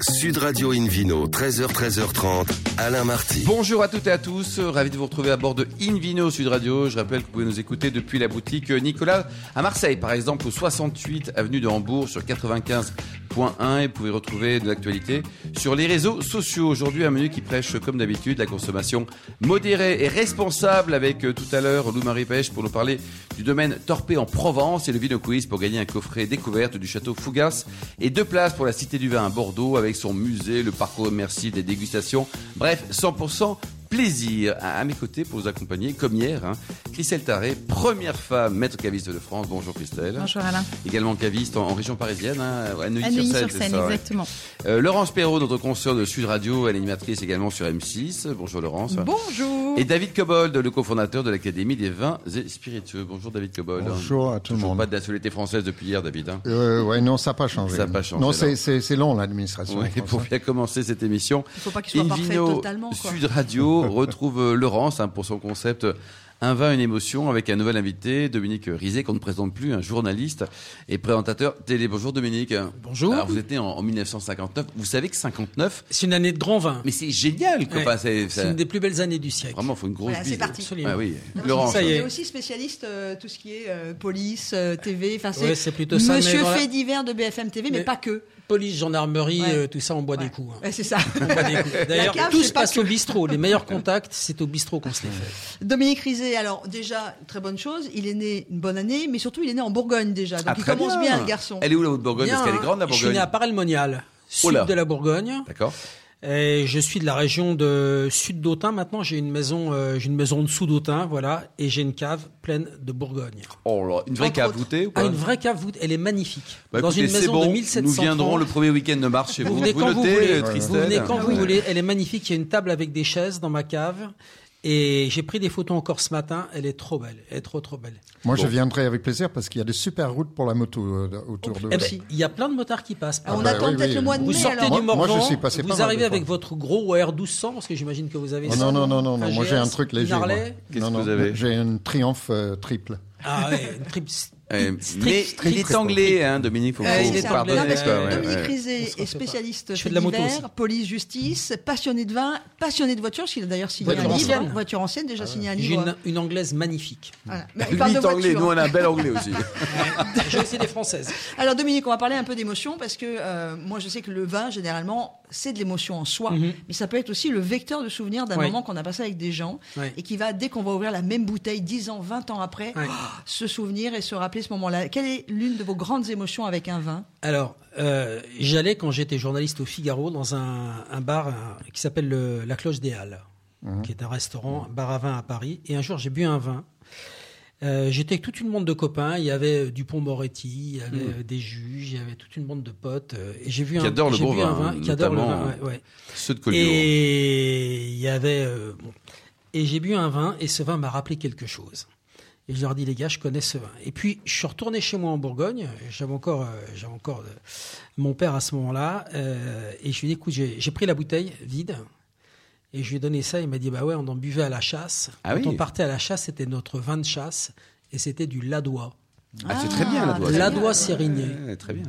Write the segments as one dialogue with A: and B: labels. A: Sud Radio Invino, 13h, 13h30, Alain Marty.
B: Bonjour à toutes et à tous, Euh, ravi de vous retrouver à bord de Invino Sud Radio. Je rappelle que vous pouvez nous écouter depuis la boutique euh, Nicolas à Marseille, par exemple, au 68 avenue de Hambourg sur 95.1 et vous pouvez retrouver de l'actualité sur les réseaux sociaux. Aujourd'hui, un menu qui prêche, comme d'habitude, la consommation modérée et responsable avec euh, tout à l'heure Lou-Marie Pêche pour nous parler du domaine Torpé en Provence et le Vino Quiz pour gagner un coffret découverte du château Fougas et deux places pour la Cité du Vin à Bordeaux avec son musée, le parcours immersif des dégustations. Bref, 100% plaisir. À, à mes côtés pour vous accompagner, comme hier, hein, Christelle Taré, première femme maître caviste de France. Bonjour Christelle.
C: Bonjour Alain.
B: Également caviste en, en région parisienne, hein, à
C: À
B: Neuilly-sur-Seine. c'est
C: Neuilly-sur-Seine,
B: ça, ouais.
C: exactement.
B: Euh, Laurence Perrault, notre consoeur de Sud Radio, elle est animatrice également sur M6. Bonjour Laurence.
C: Bonjour.
B: Et David Cobold, le cofondateur de l'Académie des vins et spiritueux. Bonjour David Cobold.
D: Bonjour à tout le
B: Toujours
D: monde.
B: pas de nationalité française depuis hier, David. hein.
D: Euh, ouais, non, ça n'a pas changé.
B: Ça a pas changé,
D: Non,
B: non.
D: c'est- c'est c'est long, l'administration. hein.
B: Ouais,
D: française.
B: pour bien commencer cette émission,
E: Il faut pas qu'il soit parfait
B: Invino
E: totalement. Quoi.
B: Sud Radio retrouve euh, Laurence hein, pour son concept Un vin, une émotion avec un nouvel invité, Dominique Rizet, qu'on ne présente plus, un journaliste et présentateur télé. Bonjour Dominique.
F: Bonjour.
B: Alors, vous êtes né en, en 1959. Vous savez que 59,
F: C'est une année de grand vin.
B: mais c'est génial. quoi.
F: Ouais.
B: Enfin, c'est-
F: C'est
B: ça-
F: une des plus belles années du siècle.
B: Vraiment, faut une grosse
E: Voilà, c'est
B: bise.
E: parti.
F: Absolument.
B: Ah oui.
E: Merci.
B: Laurence,
F: Ça y
E: Il
F: est.
E: est aussi spécialiste euh, tout ce qui est euh, police, euh, TV. Enfin,
F: Ouais, c'est plutôt ça, mais
E: Monsieur
F: dans la-
E: fait divers de BFM TV, mais,
F: Mais-
E: pas que.
F: Police, gendarmerie,
E: Ouais.
F: euh, tout ça, on boit
E: Ouais.
F: des coups. hein.
E: Ouais, c'est ça.
F: On boit des coups. D'ailleurs,
E: cave,
F: tout
E: c'est
F: se
E: pas
F: passe
E: que-
F: au bistrot. Les meilleurs contacts, c'est au bistrot qu'on se les fait.
E: Dominique Rizet, alors déjà, très bonne chose. Il est né une bonne année, mais surtout, il est né en Bourgogne déjà. Donc
B: Ah,
E: il
B: très
E: commence bien, le garçon.
B: Elle est où la Haute-Bourgogne
F: Bien,
B: Parce qu'elle est grande la
F: Je suis né
B: Bourgogne. Oh
F: à Parelmonial, sud
B: Oula.
F: de la Bourgogne.
B: D'accord.
F: Et je suis de la région de sud d'Autun. Maintenant, j'ai une maison, euh, j'ai une maison de sous d'Autun, voilà, et j'ai une cave pleine de Bourgogne.
B: Oh là, une vraie
E: Entre
B: cave
E: autres.
B: voûtée ou
F: Ah,
B: quoi
F: une vraie cave, vous- elle est magnifique.
B: Bah,
F: Dans
B: écoutez,
F: une
B: c'est
F: maison
B: bon,
F: de 1700
B: Nous viendrons le premier week-end de mars chez vous.
F: Vous venez quand vous
B: notez,
F: voulez.
B: euh,
F: Ouais, ouais.
B: Christelle
F: Vous venez quand
B: Ah
F: vous
B: oui.
F: voulez. Elle est magnifique. Il y a une table avec des chaises dans ma cave. Et j'ai pris des photos encore ce matin. Elle est trop belle. Elle est trop, trop belle.
D: Moi, je
B: Bon.
D: viendrai avec plaisir parce qu'il y a des super routes pour la moto euh, autour de
F: Eh ben,
D: aussi.
F: il y a plein de motards qui passent. par
E: Alors, on
F: là.
D: bah
E: attend
D: oui,
E: peut-être
D: oui.
E: le mois de
F: vous
E: mai.
F: sortez
E: alors.
D: Moi-
F: du
D: moi, je
F: Morvan,
D: suis passé pas
F: vous
D: mal de
F: arrivez avec
D: fois.
F: votre gros OR1200, parce que j'imagine que vous avez
D: Oh,
F: ça.
D: non, non, non, non, non, moi
F: AGS,
D: j'ai un truc léger. moi.
F: Narlet.
B: Qu'est-ce
D: Non,
B: que
D: non,
B: vous avez
D: J'ai une triomphe euh, triple.
F: Ah ouais, une trip-
D: Euh,
B: Eh,
F: strict-
B: mais il
F: strict-
B: est anglais, hein, Dominique, faut
E: Euh,
B: que
F: Ouais,
B: vous
E: il
F: faut
E: est
F: vous
E: ça.
F: pardonner,
E: Non, parce que
F: ouais, ouais,
E: Dominique
F: ouais.
E: Rizet est
F: On se refait pas.
E: spécialiste
F: Je fais de la moto
E: divers,
F: aussi.
E: police, justice, passionné de vin, passionné de voiture. Il a d'ailleurs signé
F: Voiture
E: un livre.
F: ancienne. Ah
E: Voiture ancienne, déjà signé un
F: J'ai
E: livre.
F: une, une anglaise magnifique.
E: Voilà. Mais il
B: Lui
E: parle de
B: est anglais,
E: voiture.
B: nous on a un bel anglais aussi.
F: J'ai aussi des françaises.
E: Alors Dominique, on va parler un peu d'émotion parce que euh, moi je sais que le vin généralement c'est de l'émotion en soi,
F: Mhm.
E: mais ça peut être aussi le vecteur de souvenir d'un
F: Ouais.
E: moment qu'on a passé avec des gens
F: Ouais.
E: et qui va dès qu'on va ouvrir la même bouteille 10 ans, 20 ans après, oh,
F: Ouais.
E: se souvenir et se rappeler ce moment-là. Quelle est l'une de vos grandes émotions avec un vin
F: Alors, euh, j'allais quand j'étais journaliste au Figaro dans un, un bar un- qui s'appelle le- la Cloche des Halles,
B: Mhm.
F: qui est un restaurant, un bar à vin à Paris. Et un jour, j'ai bu un vin. Euh, J'étais avec toute une bande de copains. Il y avait euh, Dupont-Moretti, il y avait euh, des juges, il y avait toute une bande de potes. euh, et j'ai vu
B: Mhm. Qui
F: un,
B: adorent le
F: j'ai
B: bon
F: bu
B: vin,
F: un vin, qui adore le
B: notamment, euh,
F: vin. ouais, ouais.
B: Ceux de Collioure.
F: Et il y avait. euh, bon. Et j'ai bu un vin, et ce vin m'a rappelé quelque chose. Et je leur dis, les gars, je connais ce vin. Et puis, je suis retourné chez moi en Bourgogne. J'avais encore, euh, j'avais encore euh, mon père à ce moment-là. euh, et je lui ai dit, écoute, j'ai j'ai pris la bouteille vide. Et je lui ai donné ça. Il m'a dit, bah ouais, on en buvait à la chasse.
B: Ah
F: Quand
B: oui.
F: on partait à la chasse, c'était notre vin de chasse. Et c'était du ladois.
B: Ah, c'est très bien la doigt.
E: Très bien.
F: Ladois sérigné.
B: Ouais, Très bien.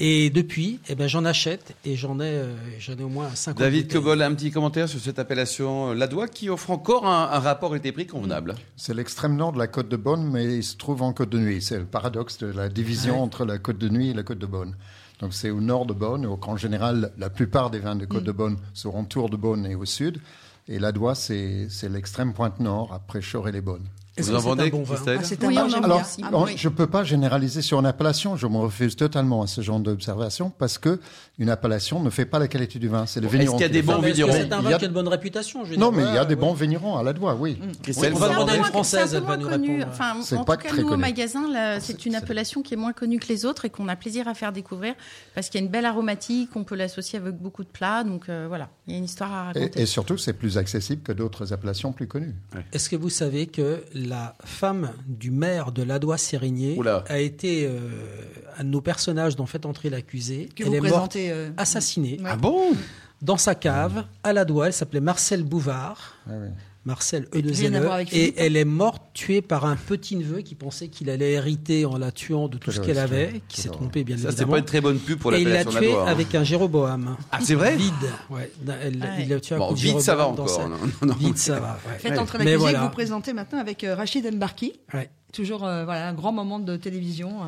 F: Et depuis, eh ben, j'en achète. Et j'en ai, euh, j'en ai au moins 50
B: David
F: bouteilles.
B: Cobol, un petit commentaire sur cette appellation euh, Ladois qui offre encore un, un rapport et des prix convenable.
D: C'est l'extrême nord de la Côte de Beaune, mais il se trouve en Côte de Nuit. C'est le paradoxe de la division
F: Ouais.
D: entre la Côte de Nuit et la Côte de Beaune. Donc c'est au nord de Beaune. Donc en général, la plupart des vins de
F: Mm.
D: Côte de Beaune sont autour de Beaune et au sud. Et la Doie, c'est c'est l'extrême pointe nord après Choré-les-Beaunes.
B: Vous
F: Est-ce que
B: en
F: c'est un
B: vendez,
F: bon vin
B: Christelle
E: Ah, c'est un
C: Oui,
E: vin,
C: on
E: j'aime
C: en
E: bien.
D: Alors,
C: aussi.
E: Ah,
D: on-
E: oui.
D: je ne peux pas généraliser sur une appellation. Je me refuse totalement à ce genre d'observation parce que une appellation ne fait pas la qualité du vin. C'est le
B: Est-ce
D: vigneron.
B: qu'il y a
D: qui
B: des
D: le
B: bons
D: fait.
F: Non, mais est-ce que
B: vignerons
F: C'est un
D: Il y
F: vin
D: a-
F: qui a une bonne réputation. je veux
D: Non,
F: dire,
D: mais il y a
F: ouais,
D: des
F: ouais.
D: bons vignerons à la Doie, oui.
B: Christelle,
F: On
B: vous
F: va
B: en
F: demander à
B: vendez
F: une Française, elle va nous
C: connu.
F: répondre.
C: Enfin,
D: C'est
C: en
D: pas
C: tout cas,
D: très
C: nous, au
D: connu.
C: magasin, là, c'est une appellation qui est moins connue que les autres et qu'on a plaisir à faire découvrir parce qu'il y a une belle aromatique, on peut l'associer avec beaucoup de plats. Donc euh, voilà, il y a une histoire à raconter.
D: Et, et surtout, c'est plus accessible que d'autres appellations plus connues.
F: Est-ce que vous savez que la femme du maire de ladois sérigné
B: Oula.
F: a été euh, un de nos personnages dans Faites entrer l'accusé
E: que
F: Elle
E: vous
F: est morte, Ah,
E: présentez. euh,
F: assassinée
E: Ouais.
B: Ah bon
F: dans sa cave à Ladois. Elle s'appelait Marcel Bouvard.
D: Ah oui.
F: Marcel
E: Rien à voir
F: E2LE,
E: avec
F: et
E: Philippe.
F: elle est morte tuée par un petit-neveu qui pensait qu'il allait hériter en la tuant de tout
D: Quelle
F: ce qu'elle
D: horreur.
F: avait, qui s'est
D: Quelle
F: trompé bien
B: Ça, c'est
F: évidemment.
B: pas une très bonne pub pour
F: et il l'a
B: l'appellation de la
F: tuée
B: Loire. hein.
F: avec un Jéroboam.
B: Ah, c'est vrai
F: Vide, ouais. Elle-
E: Ah
C: Ouais.
F: Il l'a tuée à
B: Bon,
F: coup de
B: vite, ça va
F: Jéroboam dans
B: encore. hein.
F: sa-
B: non, non, non.
F: Vite, ça va. ouais.
E: Faites entrer la
F: Mais
E: musique,
F: voilà.
E: vous présentez maintenant avec euh, Rachid Mbarki.
F: Ouais.
E: Toujours euh, voilà, un grand moment de télévision. euh.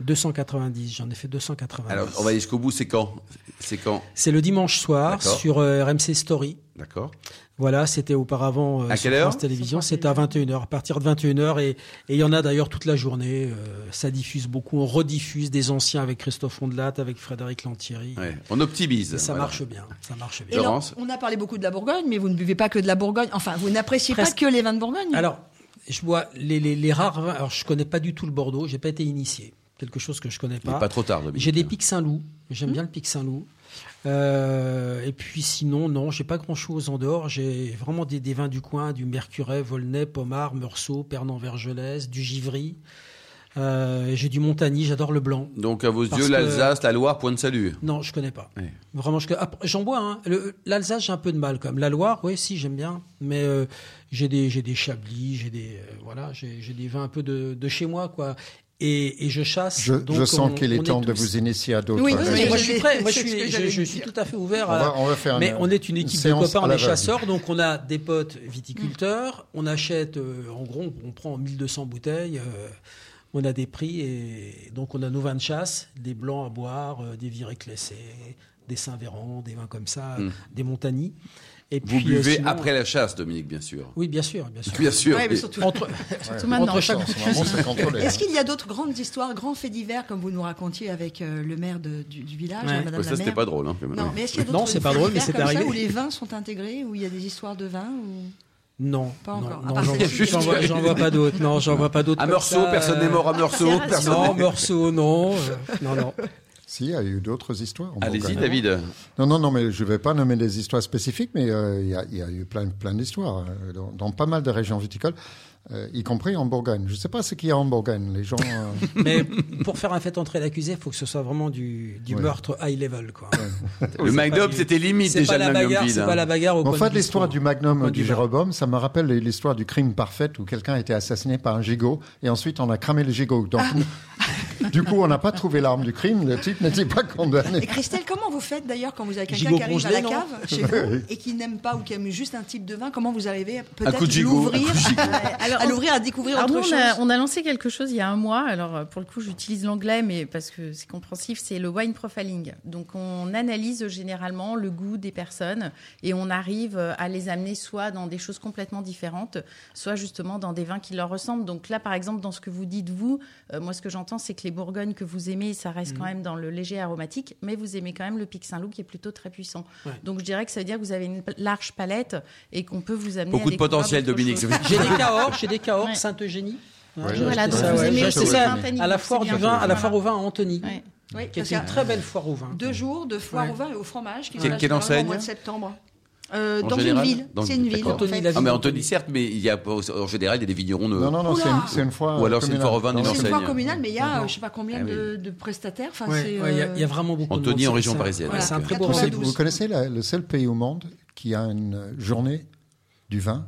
F: 290, j'en ai fait 290.
B: Alors, on va aller jusqu'au bout, c'est quand C'est quand
F: C'est le dimanche soir
B: D'accord.
F: sur euh, RMC Story.
B: D'accord.
F: Voilà, c'était auparavant euh,
B: À
F: sur
B: quelle heure
F: France Télévisions, c'était à 21h, à partir de 21h et et il y en a d'ailleurs toute la journée, euh, ça diffuse beaucoup, on rediffuse des anciens avec Christophe Ondelat, avec Frédéric Lantieri.
B: Ouais. On optimise.
F: Et Ça
B: Voilà.
F: marche bien, ça marche bien.
E: Et là,
B: Laurence
E: on a parlé beaucoup de la Bourgogne, mais vous ne buvez pas que de la Bourgogne. Enfin, vous n'appréciez pas
F: Presque.
E: que les vins de Bourgogne.
F: Alors, je bois les, les- les rares vins. Alors, je connais pas du tout le Bordeaux. J'ai pas été initié. Quelque chose que je connais
B: Il
F: pas.
B: n'est pas trop tard. Dominique.
F: J'ai des pics Saint-Loup.
D: Hmm.
F: J'aime bien le pic Saint-Loup. Euh, et puis sinon, non, j'ai pas grand-chose en dehors. J'ai vraiment des, des vins du coin, du Mercuret, Volnay, Pomard, Meursault, Pernan-Vergelès, du Givry. Euh, j'ai du Montagny. J'adore le blanc.
B: Donc, à vos
F: Parce
B: yeux,
F: que-
B: l'Alsace, la Loire, point de salut.
F: Non, je connais pas.
B: Ouais.
F: Vraiment, je connais- ah, j'en bois. hein. Le- L'Alsace, j'ai un peu de mal quand même. La Loire, oui, si, j'aime bien. Mais euh, j'ai des, j'ai des Chablis, j'ai des, euh, voilà, j'ai j'ai des vins un peu de, de chez moi, quoi. Et, et je chasse.
D: Je,
F: donc
D: je sens
F: on-
D: qu'il est
F: on
D: temps de
F: tous-
D: vous initier à d'autres.
E: Oui,
F: Oui,
D: choses.
F: mais moi je suis prêt. Moi, je
E: C'est ce que
F: suis, je,
E: j'allais
F: je suis
E: dire.
F: tout à fait ouvert.
D: On
F: à-
D: va- on va faire
F: mais
D: une-
F: on est une équipe de
D: séance
F: copains,
D: à
F: on est
D: l'aveugle.
F: chasseurs, donc on a des potes viticulteurs. On achète, euh, en gros, on prend 1200 bouteilles. euh, on a des prix et donc on a nos vins de chasse, des blancs à boire, euh, des virés classés, des Saint-Véran, des vins comme ça,
D: Hmm.
F: des Montagny. Et
B: Vous
F: puis, euh,
B: buvez
F: sinon-
B: après la chasse, Dominique, bien sûr.
F: Oui, bien sûr, bien sûr.
B: Bien sûr.
E: Ouais, mais
B: mais-
E: surtout-
F: Entre,
C: Surtout maintenant.
F: entre chaque
D: Ça, c'est vraiment, c'est contrôlé,
E: Est-ce
D: hein.
E: qu'il y a d'autres grandes histoires, grands faits divers, comme vous nous racontiez avec euh, le maire de- du, du village,
F: Ouais.
E: hein, Madame
B: Ouais, ça,
E: la
B: c'était
E: maire
B: pas drôle. hein, quand même.
E: Non, mais est-ce qu'il y a
F: Non,
E: d'autres
F: c'est
E: faits
F: pas drôle, mais
E: divers
F: c'est
E: comme ça
F: arrivé.
E: où les vins sont intégrés, où il y a des histoires de vins où-
F: non,
E: Pas
F: non,
E: encore.
F: non,
E: Ah, bah,
F: j'en vois-
E: c'est-
F: j'en vois, j'en vois pas d'autres. Non, j'en vois pas d'autres.
B: À
F: comme
B: Meursault,
F: ça,
B: personne n'est
F: euh,
B: mort à Meursault.
C: c'est
B: Personne.
F: Non, Meursault, non. euh, non, non.
D: Si, il y a eu d'autres histoires. en
B: Allez-y,
D: Bourgogne.
B: David.
D: Non, non, non, mais je ne vais pas nommer des histoires spécifiques, mais euh, il y a- il y, a eu plein, plein d'histoires euh, dans, dans pas mal de régions viticoles, euh, y compris en Bourgogne. Je ne sais pas ce qu'il y a en Bourgogne. Les gens. euh,
F: Mais pour faire un fait entrer l'accusé, il faut que ce soit vraiment du, du
D: Ouais.
F: meurtre high level. Quoi.
B: Le
F: C'est pas
B: Magnum,
F: du-
B: c'était limite
F: C'est pas
B: déjà
F: la
B: le Magnum
F: bagarre,
B: vide.
F: c'est pas
B: hein.
F: la bagarre au
D: En
F: coin
D: fait,
F: du
D: l'histoire du
F: bistrot.
D: Magnum
F: Point
D: ou du
F: du bar.
D: Jéroboam, ça me rappelle l'histoire du crime parfait où quelqu'un a été assassiné par un gigot et ensuite on a cramé le gigot. Donc, du coup, on n'a pas trouvé l'arme du crime. Le type n'était pas
E: Et
D: condamné.
E: Christelle, comment vous faites d'ailleurs quand vous avez quelqu'un
F: Gigot
E: qui arrive à la
F: congelé, non
E: cave chez vous et qui n'aime pas ou qui aime juste un type de vin Comment vous arrivez à
B: coup de
E: peut-être
B: gigot,
E: l'ouvrir,
B: un coup de gigot.
E: à l'ouvrir, à découvrir
C: Alors
E: autre
C: nous,
E: chose
C: Ah on a, on a lancé quelque chose il y a un mois. Alors euh, pour le coup, j'utilise l'anglais, mais parce que c'est compréhensif, c'est le wine profiling. Donc on analyse généralement le goût des personnes et on arrive euh, à les amener soit dans des choses complètement différentes, soit justement dans des vins qui leur ressemblent. Donc là, par exemple, dans ce que vous dites vous, euh, moi ce que j'entends, c'est que les Bourgognes que vous aimez, ça reste quand même dans le léger aromatique, mais vous aimez quand même le Pic Saint-Loup qui est plutôt très puissant.
F: Ouais.
C: Donc je dirais que ça veut dire que vous avez une large palette et qu'on peut vous amener
B: Beaucoup de
C: à découvrir
B: potentiel,
C: d'autres
B: Dominique.
C: choses.
F: J'ai des Cahors, j'ai des Cahors,
C: Ouais.
F: Sainte-Eugénie. Hein,
D: Ouais,
F: j'ai
D: voilà,
F: acheté
D: donc
F: ça,
D: vous
F: ouais,
D: aimez
F: j'ai
D: aussi
F: acheté
D: les
F: ça
D: vins
C: tanniques,
F: à la
C: donc c'est
F: foire du
C: bien.
F: vin, à la
C: Voilà.
F: foire au vin à Antony,
E: Oui,
C: Ouais.
F: qui
E: parce
F: est
E: qu'il y a
F: une très belle foire au vin.
E: deux jours de foire
F: Ouais.
E: au vin et au fromage qui
B: Quelle-
E: sont là
B: quelle
E: généralement
B: enseigne
E: au mois de septembre. Euh,
B: En
E: dans
B: général
E: une ville,
B: Dans
E: c'est
B: une-
E: une ville.
B: d'accord.
E: en fait.
F: Antony, la
B: Ah,
F: ville
B: mais
F: d'Antony.
B: Anthony, certes, mais il y a, en général, il y a des vignerons. euh,
D: Non, non, non,
E: Oula.
D: c'est une, c'est une fois.
B: Ou alors c'est une
D: communale.
B: fois au vin des
D: Non,
E: C'est
B: Marseille.
E: une
B: enseigne.
E: foire communale, mais il y a, euh, je sais pas combien
B: Ah oui.
E: de, de prestataires. Enfin,
F: Ouais, ouais,
E: c'est,
F: Il y, a-
E: euh,
F: il y a vraiment beaucoup de
B: Antony en
F: monde, c'est-
B: région
F: c'est un-
B: parisienne. hein.
F: voilà, c'est un
E: Voilà.
F: très beau
E: 92.
F: rendez-vous.
D: Vous connaissez la- le seul pays au monde qui a une journée du vin,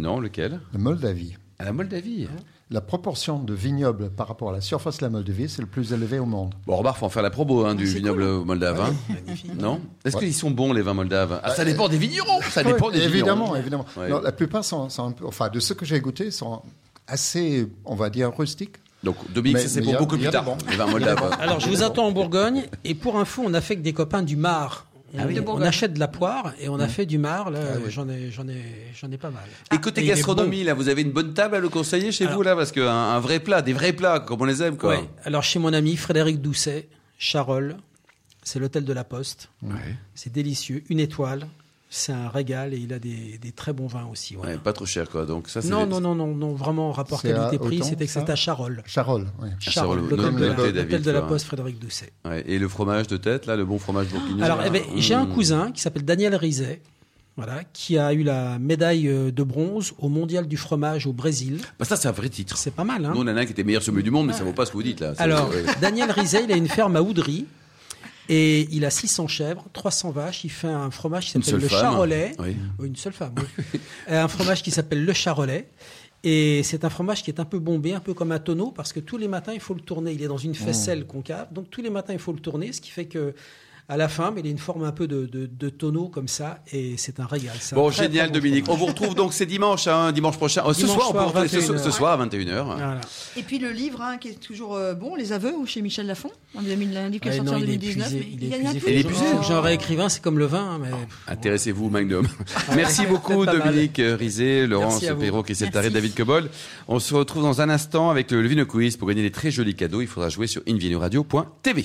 B: Non, lequel
D: la Moldavie.
B: À la Moldavie.
F: Ah.
D: La proportion de vignobles par rapport à la surface de la Moldavie, c'est le plus élevé au monde.
B: Bon, remarque, faut en faire la promo hein,
F: Ah,
B: du vignoble moldave. hein. Non Est-ce
D: Ouais.
B: qu'ils sont bons, les vins moldaves Ah, Ça dépend des vignerons Ça dépend
D: Ouais,
B: des
D: évidemment,
B: vignerons.
D: évidemment.
B: Ouais.
D: Non, la plupart sont, sont un peu, enfin, de ceux que j'ai goûtés sont assez, on va dire, rustiques.
B: Donc, Dominique,
D: Mais-
B: ça, c'est
D: mais
B: pour
D: y a-
B: beaucoup
D: y a
B: plus
D: des
B: tard,
D: bons.
B: les vins moldaves.
F: Alors, je vous attends en Bourgogne. Et pour info, on a fait que des copains du Mar. On,
E: oui. De
F: on
E: Bourgogne.
F: achète de la poire et on a fait du Mar. Là, j'en ai, j'en ai, j'en ai pas mal. Ah,
B: Et côté
F: il est
B: gastronomie, là, vous avez une bonne table à le conseiller chez vous, là Parce qu'un un vrai plat, des vrais plats, comme on les aime,
F: bon.
B: quoi.
F: Ouais. Alors, chez mon ami Frédéric Doucet, Charolles, c'est l'hôtel de la Poste. C'est délicieux. Une étoile. C'est un régal et il a des, des très bons vins aussi. voilà.
B: Ouais, pas trop cher, quoi. Donc, ça, c'est.
F: non,
B: des-
F: non, non, non, non, vraiment, rapport
D: C'est à
F: qualité-prix,
D: Autun,
F: c'était que
D: ça Ah,
F: c'est à Charolles.
D: Charolles, oui.
B: Charolles,
F: Charolles,
B: notre
F: l'hôtel de la-
B: noté,
F: l'hôtel
B: David,
F: de la
B: ça.
F: Poste, Frédéric Doucet.
B: Ouais, Et le fromage de tête, là, le bon fromage bourguignon.
F: Alors,
B: là.
F: eh ben, j'ai un
B: Mmh.
F: cousin qui s'appelle Daniel Rizet, voilà, qui a eu la médaille euh, de bronze au mondial du fromage au Brésil.
B: Bah, ça, c'est un vrai titre.
F: C'est pas mal, hein
B: Nous, on en a un qui était meilleur sommet du monde, mais ça vaut pas ce que vous dites, là. C'est-
F: Alors,
B: ouais.
F: Daniel Rizet, il a une ferme à Oudry. Et il a 600 chèvres, 300 vaches, il fait un fromage qui
B: Une seule
F: s'appelle le
B: femme.
F: charolais.
B: Oui.
F: Oui, Une seule femme, oui. un fromage qui s'appelle le charolais. Et c'est un fromage qui est un peu bombé, un peu comme un tonneau, parce que tous les matins, il faut le tourner. Il est dans une
B: Oh.
F: faisselle concave, donc tous les matins, il faut le tourner, ce qui fait que à la fin, mais il a une forme un peu de, de- de tonneau comme ça, et c'est un régal. C'est un
B: Bon,
F: très,
B: génial,
F: très bon
B: Dominique. On
F: fromage.
B: vous retrouve donc c'est dimanche, hein, dimanche prochain. Oh, ce
F: Dimanche
B: soir, on peut
F: soir,
B: retrouver- ce-
F: 21
B: ce, ce soir à 21h.
F: Voilà.
E: Et puis le livre hein, qui est toujours euh, bon, Les Aveux, ou chez Michel Lafon. On lui a mis un livre qui est
F: Ouais,
E: sorti
F: Ah,
E: en
F: non, il est
E: 2019.
F: épuisé.
E: mais
F: Il est
E: y en a
F: épuisé.
E: plus.
B: Il est
F: Genre-
B: épuisé.
F: Genre écrivain, c'est comme le vin, hein, mais
B: Intéressez-vous, Magnum. Merci
F: c'est
B: beaucoup,
F: pas mal.
B: Dominique euh, Rizet, Laurence
F: Merci à vous.
B: Perrault, Christelle
C: Merci.
B: Tarré, David Cobol. On se retrouve dans un instant avec le Vino Quiz pour gagner des très jolis cadeaux. Il faudra jouer sur invinoradio.tv.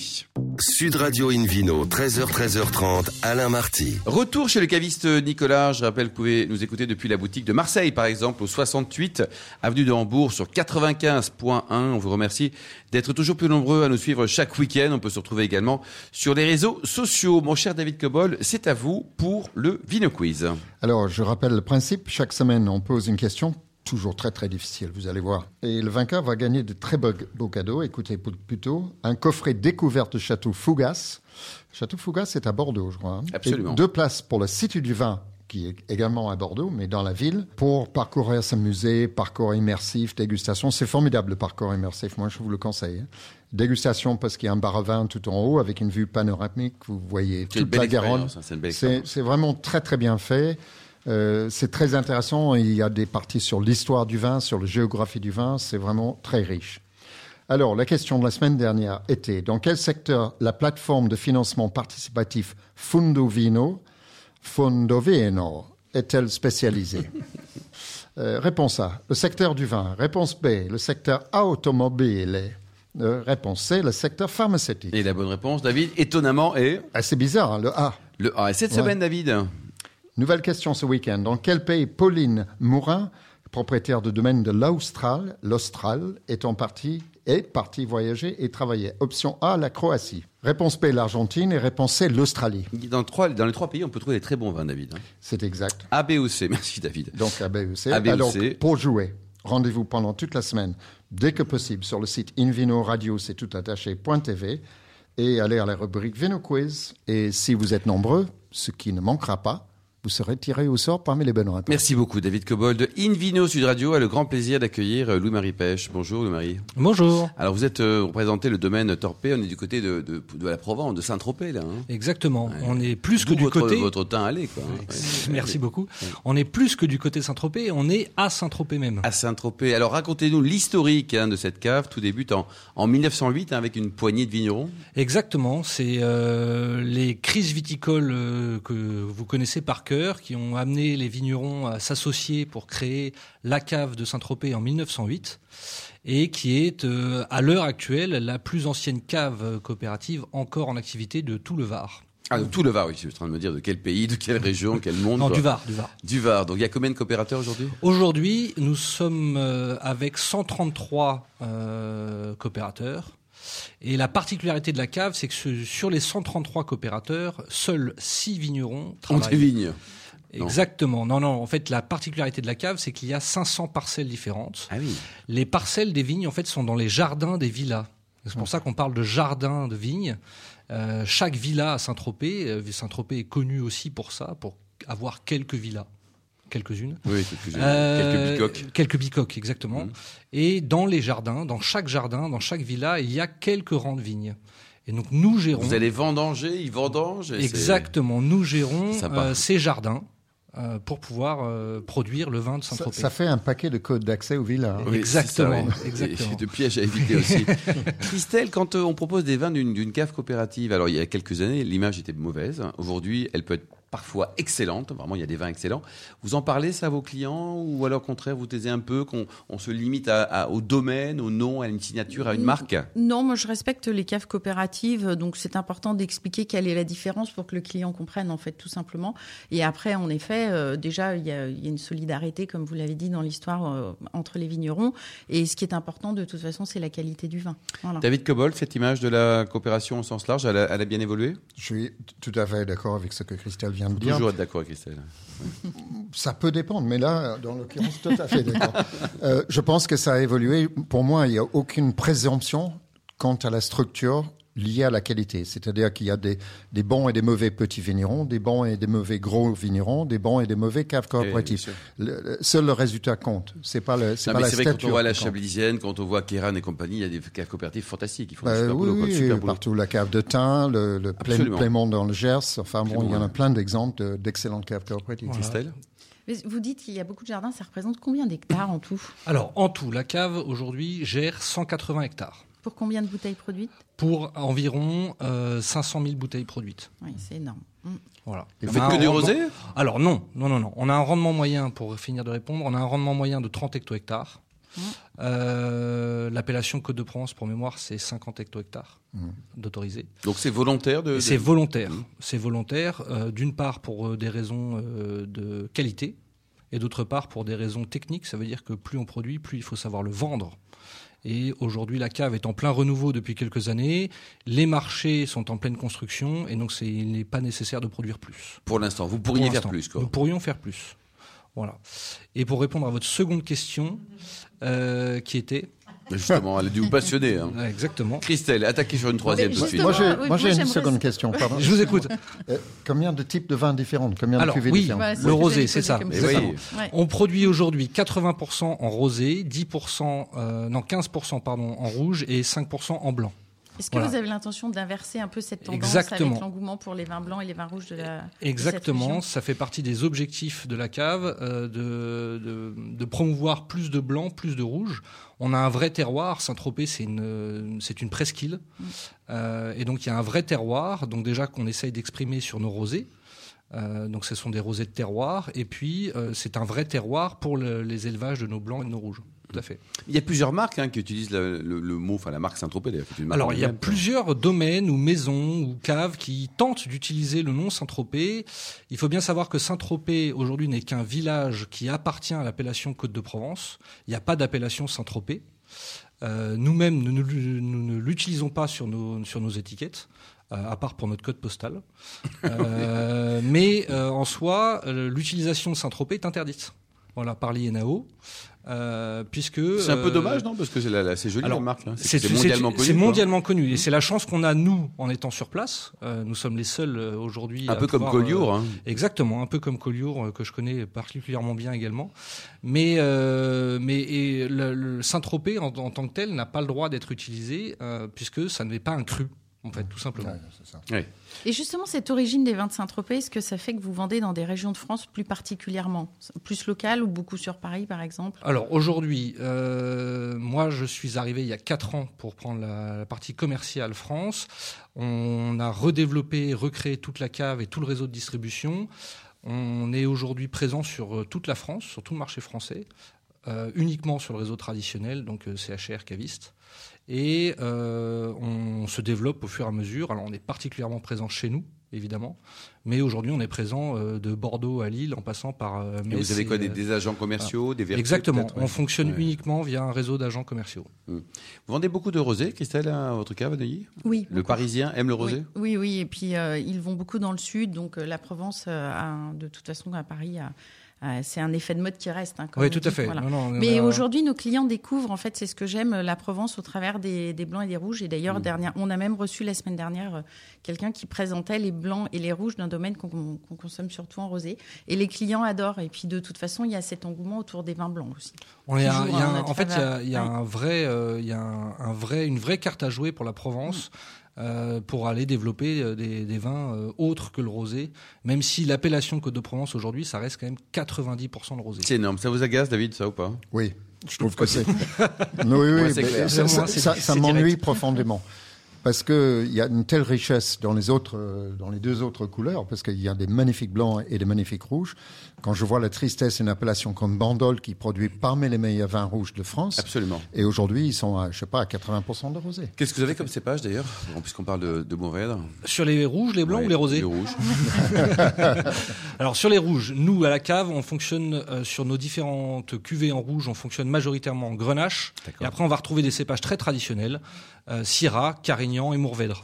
A: Sud Radio Invino, 13h, 13h30, Alain Marty.
B: Retour chez le caviste Nicolas. Je rappelle que vous pouvez nous écouter depuis la boutique de Marseille, par exemple, au 68 avenue de Hambourg sur 95.1. On vous remercie d'être toujours plus nombreux à nous suivre chaque week-end. On peut se retrouver également sur les réseaux sociaux. Mon cher David Cobol, c'est à vous pour le Vino Quiz.
D: Alors, je rappelle le principe. Chaque semaine, on pose une question, toujours très très difficile, vous allez voir. Et le vainqueur va gagner de très beaux, beaux cadeaux. Écoutez pou- plutôt un coffret découverte de Château Fougas. Château Fougas est à Bordeaux, je crois. hein.
B: Absolument.
D: Et deux places pour le Situ du Vin, qui est également à Bordeaux, mais dans la ville, pour parcourir, s'amuser, parcours immersif, dégustation. C'est formidable le parcours immersif, moi je vous le conseille. hein. Dégustation parce qu'il y a un bar à vin tout en haut avec une vue panoramique, vous voyez
B: C'est une
D: toute
B: belle
D: la Garonne.
B: expérience, hein, c'est une belle
D: C'est
B: expérience.
D: c'est vraiment très très bien fait. Euh, c'est très intéressant. Il y a des parties sur l'histoire du vin, sur la géographie du vin. C'est vraiment très riche. Alors, la question de la semaine dernière était dans quel secteur la plateforme de financement participatif Fundovino, Fundovino est-elle spécialisée Euh, réponse A, le secteur du vin. Réponse B, le secteur automobile. Euh, réponse C, le secteur pharmaceutique.
B: Et la bonne réponse, David, étonnamment, est
D: Ah, c'est bizarre, hein, le A.
B: le A. Et cette
D: Ouais.
B: semaine, David
D: Nouvelle question ce week-end. Dans quel pays Pauline Mourin, propriétaire de domaine de l'Austral, l'Austral, est en partie est partie voyager et travailler Option A, la Croatie. Réponse B, l'Argentine. Et réponse C, l'Australie.
B: dans, trois- dans les trois pays, on peut trouver des très bons vins, David. hein.
D: C'est exact.
B: A, B ou C. Merci, David.
D: Donc, à BEC.
B: À BEC.
D: Alors, pour jouer, rendez-vous pendant toute la semaine, dès que possible, sur le site Invino Radio, c'est tout attaché, .tv, et allez à la rubrique Vino Quiz. Et si vous êtes nombreux, ce qui ne manquera pas, vous serez tiré au sort parmi les bonnes réponses.
B: Merci beaucoup, David Cobold. Invino Sud Radio a le grand plaisir d'accueillir euh, Louis-Marie Pêche. Bonjour, Louis-Marie.
F: Bonjour.
B: Alors, vous êtes euh, représenté le domaine Torpé. On est du côté de, de, de la Provence, de Saint-Tropez, là. hein.
G: Exactement. On est plus que
B: D'où
G: du
B: votre,
G: côté.
B: votre teint allait, quoi. hein. Ouais.
G: Merci beaucoup. On est plus que du côté de Saint-Tropez, on est à Saint-Tropez même.
B: À Saint-Tropez. Alors, racontez-nous l'historique hein, de cette cave. Tout débute en, en 1908 hein, avec une poignée de vignerons.
G: Exactement. C'est euh, les crises viticoles euh, que vous connaissez par cœur qui ont amené les vignerons à s'associer pour créer la cave de Saint-Tropez en 1908 et qui est euh, à l'heure actuelle la plus ancienne cave coopérative encore en activité de tout le Var.
B: Ah, de tout le Var, oui. Je suis en train de me dire de quel pays, de quelle région, quel monde.
G: Non,
B: quoi.
G: du Var, du Var.
B: Du Var. Donc, il y a combien de coopérateurs aujourd'hui
G: Aujourd'hui, nous sommes euh, avec 133 euh, coopérateurs. Et la particularité de la cave, c'est que ce- sur les 133 coopérateurs, seuls 6 vignerons
B: On des
G: travaillent.
B: vignes. non.
G: Exactement. Non, non. En fait, la particularité de la cave, c'est qu'il y a 500 parcelles différentes.
B: Ah oui.
G: Les parcelles des vignes, en fait, sont dans les jardins des villas. C'est
B: Hmm.
G: pour ça qu'on parle de jardin de vignes. Euh, chaque villa à Saint-Tropez, euh, Saint-Tropez est connu aussi pour ça, pour avoir quelques villas, quelques-unes.
B: Oui, c'est plus- quelques
G: Euh,
B: bicoques. Hmm.
G: Quelques bicoques, exactement. Et dans les jardins, dans chaque jardin, dans chaque villa, il y a quelques rangs de vignes. Et donc nous gérons.
B: Vous allez vendanger, ils vendangent. et c'est-
G: exactement, nous gérons
B: C'est sympa.
G: euh, ces jardins euh, pour pouvoir euh, produire le vin de
D: Ça,
G: Saint-Tropez.
D: ça fait un paquet de codes d'accès aux villas. hein.
G: Oui. Exactement,
B: c'est ça, ouais.
G: exactement.
B: Et de pièges à éviter aussi. Christelle, quand euh, on propose des vins d'une d'une cave coopérative, alors il y a quelques années, l'image était mauvaise. Aujourd'hui, elle peut être parfois excellente. Vraiment, il y a des vins excellents. Vous en parlez, ça, à vos clients Ou alors, au contraire, vous taisez un peu, qu'on on se limite à- à- au domaine, au nom, à une signature, à une marque
C: Non, moi je respecte les caves coopératives, donc c'est important d'expliquer quelle est la différence pour que le client comprenne en fait tout simplement. Et après, en effet, euh, déjà il y, a, il y a une solidarité, comme vous l'avez dit dans l'histoire, euh, entre les vignerons. Et ce qui est important de toute façon, c'est la qualité du vin. Voilà.
B: David Cobol, cette image de la coopération au sens large, elle a, elle a bien évolué
D: Je suis tout à fait d'accord avec ce que Christelle vient de dire.
B: Toujours être d'accord avec Christelle.
D: Ça peut dépendre, mais là, dans l'occurrence, tout à fait d'accord. Euh, je pense que ça a évolué. Pour moi, il n'y a aucune présomption quant à la structure lié à la qualité. C'est-à-dire qu'il y a des, des bons et des mauvais petits vignerons, des bons et des mauvais gros vignerons, des bons et des mauvais caves
B: Et,
D: coopératives.
B: bien sûr.
D: Le- le- seul le résultat compte. C'est pas le, c'est
B: Non,
D: pas
B: mais
D: la
B: c'est vrai que quand
D: stature
B: on voit la
D: qui compte.
B: Chablisienne, quand on voit Kéran et compagnie, il y a des cas coopératives fantastiques. Ils font
D: Bah,
B: des super
D: oui,
B: boulot, quoi,
D: oui,
B: super boulot.
D: partout la cave de thym, le, le Plé-
B: Absolument.
D: Plémont dans le Gers. Enfin bon,
B: Plémont,
D: il y en a
B: ouais.
D: plein d'exemples de- d'excellentes caves coopératives.
B: Christelle
C: Mais vous dites qu'il y a beaucoup de jardins, ça représente combien d'hectares en tout
G: Alors, en tout, la cave aujourd'hui gère 180 hectares
C: Pour combien de bouteilles produites
G: pour environ euh, 500 000 bouteilles produites.
C: Oui, c'est énorme. Mm.
G: Voilà.
B: Vous
G: On
B: faites
G: a
B: que
G: un
B: du
G: rendement-
B: rosé
G: Alors non, non, non, non. On a un rendement moyen, pour finir de répondre, on a un rendement moyen de 30 hecto-hectares.
C: Mm.
G: Euh, L'appellation Côte de Provence, pour mémoire, c'est 50 hecto-hectares
B: Mmh.
D: Mm.
G: d'autorisé.
B: Donc c'est volontaire de.
G: Et C'est volontaire. C'est volontaire, euh, d'une part pour euh, des raisons euh, de qualité, et d'autre part pour des raisons techniques. Ça veut dire que plus on produit, plus il faut savoir le vendre. Et aujourd'hui, la cave est en plein renouveau depuis quelques années. Les marchés sont en pleine construction, et donc c'est- il n'est pas nécessaire de produire plus.
B: Pour l'instant, vous
G: Pour
B: pourriez faire
G: l'instant.
B: plus.
G: Nous
B: Quoi.
G: pourrions faire plus. Voilà. Et pour répondre à votre seconde question, euh, qui était
B: Justement, elle est du passionné. Hein.
G: Ouais, exactement.
B: Christelle, attaquez sur une troisième tout de suite.
D: Moi,
C: Justement,
D: j'ai,
C: oui,
D: moi,
C: moi,
D: j'ai une
C: j'aimerais-
D: seconde question. pardon.
G: Je vous écoute.
D: Euh, combien de types de vins différents Combien
G: Alors
D: de cuvées
G: oui,
D: différentes
C: Voilà,
G: le
C: Bah, ce que
G: rosé,
C: j'allais
G: c'est
C: poser
G: ça.
C: comme
B: Mais
G: c'est ça.
B: oui.
C: Ouais.
G: On produit aujourd'hui 80% en rosé, 10% euh, non 15% pardon en rouge et 5% en blanc.
C: Est-ce que
G: Voilà.
C: vous avez l'intention d'inverser un peu cette tendance
G: Exactement.
C: avec l'engouement pour les vins blancs et les vins rouges de la
G: Exactement,
C: région.
G: ça fait partie des objectifs de la cave euh, de, de- de promouvoir plus de blanc, plus de rouge. On a un vrai terroir. Saint-Tropez, c'est une, euh, c'est une presqu'île. Euh, et donc, il y a un vrai terroir. Donc, déjà, qu'on essaye d'exprimer sur nos rosés. Euh, donc, ce sont des rosés de terroir. Et puis, euh, c'est un vrai terroir pour le- les élevages de nos blancs et de nos rouges. Tout à fait.
B: Il y a plusieurs marques hein, qui utilisent le, le- le mot, enfin la marque Saint-Tropez d'ailleurs. qui est une marque
G: Alors, il y a
B: mondiale.
G: plusieurs domaines ou maisons ou caves qui tentent d'utiliser le nom Saint-Tropez. Il faut bien savoir que Saint-Tropez, aujourd'hui, n'est qu'un village qui appartient à l'appellation Côte de Provence. Il n'y a pas d'appellation Saint-Tropez. Euh, Nous-mêmes, nous, ne- nous ne l'utilisons pas sur nos, sur nos étiquettes, euh, à part pour notre code postal. Euh, mais euh, en soi, euh, l'utilisation de Saint-Tropez est interdite. Voilà, par l'INAO. euh, puisque
B: C'est un peu
G: euh,
B: dommage, non Parce que c'est la- la- c'est joli
G: alors,
B: la marque. hein.
G: c'est
B: C'est c'est
G: c'est-
B: mondialement
G: c'est-
B: connu.
G: C'est
B: quoi.
G: mondialement connu. Et c'est la chance qu'on a, nous, en étant sur place. Euh, nous sommes les seuls euh, aujourd'hui.
B: Un
G: à
B: peu comme
G: pouvoir,
B: Collioure. hein.
G: euh, exactement, un peu comme Collioure, euh, que je connais particulièrement bien également. Mais, euh, mais et le, le Saint-Tropez, en, en tant que tel, n'a pas le droit d'être utilisé, euh, puisque ça n'est pas un cru, en fait, tout simplement.
D: Ouais, c'est ça.
C: Et justement, cette origine des vins de Saint-Tropez, est-ce que ça fait que vous vendez dans des régions de France plus particulièrement Plus locales ou beaucoup sur Paris, par exemple
G: Alors aujourd'hui, euh, moi je suis arrivé il y a 4 ans pour prendre la, la partie commerciale France. On a redéveloppé, recréé toute la cave et tout le réseau de distribution. On est aujourd'hui présent sur euh, toute la France, sur tout le marché français, euh, uniquement sur le réseau traditionnel, donc euh, CHR, caviste. Et euh, on se développe au fur et à mesure. Alors on est particulièrement présent chez nous, évidemment, mais aujourd'hui on est présent euh, de Bordeaux à Lille en passant par... euh,
B: Et vous
G: Metz
B: avez
G: et,
B: quoi des,
G: euh,
B: des agents commerciaux, des vertus
G: Exactement.
B: peut-être, ouais.
G: On fonctionne
B: Ouais.
G: uniquement via un réseau d'agents commerciaux.
B: Vous vendez beaucoup de rosé, Christelle, hein, à votre cave à Neuilly
C: Oui.
B: Le Parisien aime le rosé
C: oui, oui, oui. Et puis, euh, ils vont beaucoup dans le sud. Donc, euh, la Provence, euh, a un- de toute façon, à Paris, a- a- c'est un effet de mode qui reste. hein, comme
G: Oui, bah,
C: on
G: tout à
C: dit,
G: fait.
C: voilà.
G: Non, non, on
C: Mais
G: a-
C: aujourd'hui, nos clients découvrent, en fait, c'est ce que j'aime, euh, la Provence au travers des, des blancs et des rouges. Et d'ailleurs, dernière, on a même reçu la semaine dernière euh, quelqu'un qui présentait les blancs et les rouges d'un domaine qu'on qu'on consomme surtout en rosé. Et les clients adorent. Et puis, de toute façon, il y a cet engouement autour des vins blancs aussi.
G: on est
C: qui
G: un-
C: joue
G: il y a
C: à
G: un-
C: notre
G: en fait, il y a,
C: faveur.
G: il y a
C: Oui.
G: un vrai, euh, il y a un, un vrai, une vraie carte à jouer pour la Provence.
C: Mm.
G: euh, pour aller développer euh, des, des vins euh, autres que le rosé, même si l'appellation Côte de Provence aujourd'hui, ça reste quand même 90% le rosé.
B: C'est énorme. Ça vous agace, David, ça ou pas
D: Oui, je trouve que c'est. Non, oui, oui,
B: Moi, c'est
D: mais
B: clair.
D: ça,
G: Moi,
D: ça-
G: c'est-
D: ça-
G: c'est
D: ça
G: direct.
D: m'ennuie profondément. Parce qu'il y a une telle richesse dans les, autres, euh, dans les deux autres couleurs, parce qu'il y a des magnifiques blancs et des magnifiques rouges. Quand je vois la tristesse d'une appellation comme Bandol qui produit parmi les meilleurs vins rouges de France,
B: Absolument.
D: et aujourd'hui ils sont à, je sais pas, à 80% de rosé.
B: Qu'est-ce que vous avez comme cépage d'ailleurs Bon, Puisqu'on parle de, de Montréal.
G: Sur les rouges, les blancs
B: Ouais,
G: ou les rosés
B: Les rouges.
G: Alors sur les rouges, nous à la cave, on fonctionne euh, sur nos différentes cuvées en rouge, on fonctionne majoritairement en grenache.
B: D'accord.
G: Et après, on va retrouver des cépages très traditionnels, euh, Syrah, Carignan et Mourvèdre.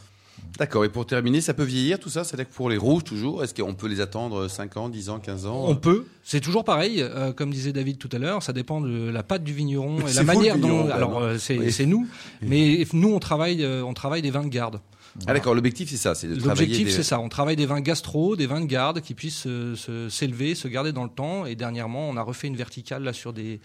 B: D'accord. Et pour terminer, ça peut vieillir tout ça C'est-à-dire que pour les rouges, toujours, est-ce qu'on peut les attendre 5 ans, 10 ans, 15 ans
G: On peut. C'est toujours pareil, euh, comme disait David tout à l'heure, ça dépend de la pâte du vigneron et
B: C'est
G: la
B: vous, le
G: manière
B: vigneron,
G: dont.
B: quand
G: Alors
B: même.
G: euh, c'est
B: Oui.
G: c'est nous, mais nous on travaille, euh, on travaille des vins de garde.
B: Ah d'accord, l'objectif c'est ça, c'est de travailler
G: L'objectif,
B: des-
G: c'est ça. On travaille des vins gastro, des vins de garde qui puissent euh, se- s'élever, se, garder dans le temps. Et dernièrement, on a refait une verticale là sur des,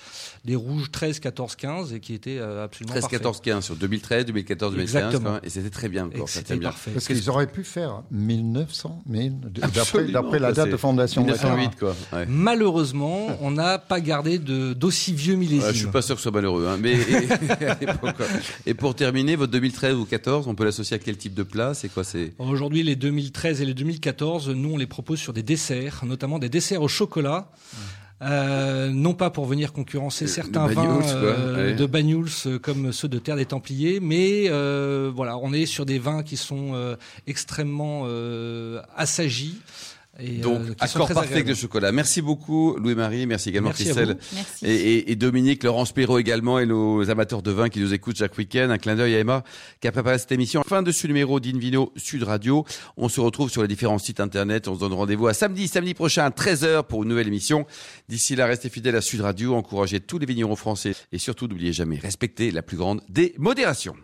G: des rouges 13, 14, 15 et qui étaient euh, absolument
B: 13,
G: parfaits.
B: 14, 15 sur 2013, 2014, 2015.
G: Exactement.
B: quoi. Et c'était très bien.
G: Et
B: Encore,
G: que
B: ça,
G: C'était
B: c'était bien.
G: parfait.
D: Parce qu'ils auraient pu faire 1900, mais d'après-
B: Absolument,
D: d'après la
B: ça,
D: date
B: c'est
D: de fondation de la
B: 1908, quoi. Ouais.
G: Malheureusement, on n'a pas gardé de d'aussi vieux
B: Ouais,
G: millésimes.
B: je suis pas sûr que ce soit malheureux, hein, mais et, à l'époque, quoi. Et pour terminer, votre 2013 ou 14, on peut l'associer à quel type de plat C'est quoi C'est
G: Aujourd'hui, les 2013 et les 2014, nous, on les propose sur des desserts, notamment des desserts au chocolat. Euh, non pas pour venir concurrencer
B: Euh,
G: certains
B: de Banyuls,
G: vins
B: quoi,
G: euh,
B: ouais.
G: de Banyuls euh, comme ceux de Terre des Templiers, mais euh, voilà, on est sur des vins qui sont euh, extrêmement euh, assagis et
B: donc
G: euh, qui sont
B: accord
G: très
B: parfait avec
G: agréables.
B: le chocolat. Merci beaucoup Louis-Marie, merci également
G: Merci à
B: Christelle
C: Merci.
B: et, et- et Dominique, Laurence Perrault également et nos amateurs de vin qui nous écoutent chaque week-end. Un clin d'œil à Emma qui a préparé cette émission. Fin de ce numéro d'Invino Sud Radio. On se retrouve sur les différents sites internet. On se donne rendez-vous à samedi, samedi prochain à 13h pour une nouvelle émission. D'ici là, restez fidèles à Sud Radio, encouragez tous les vignerons français et surtout n'oubliez jamais, respectez la plus grande des modérations.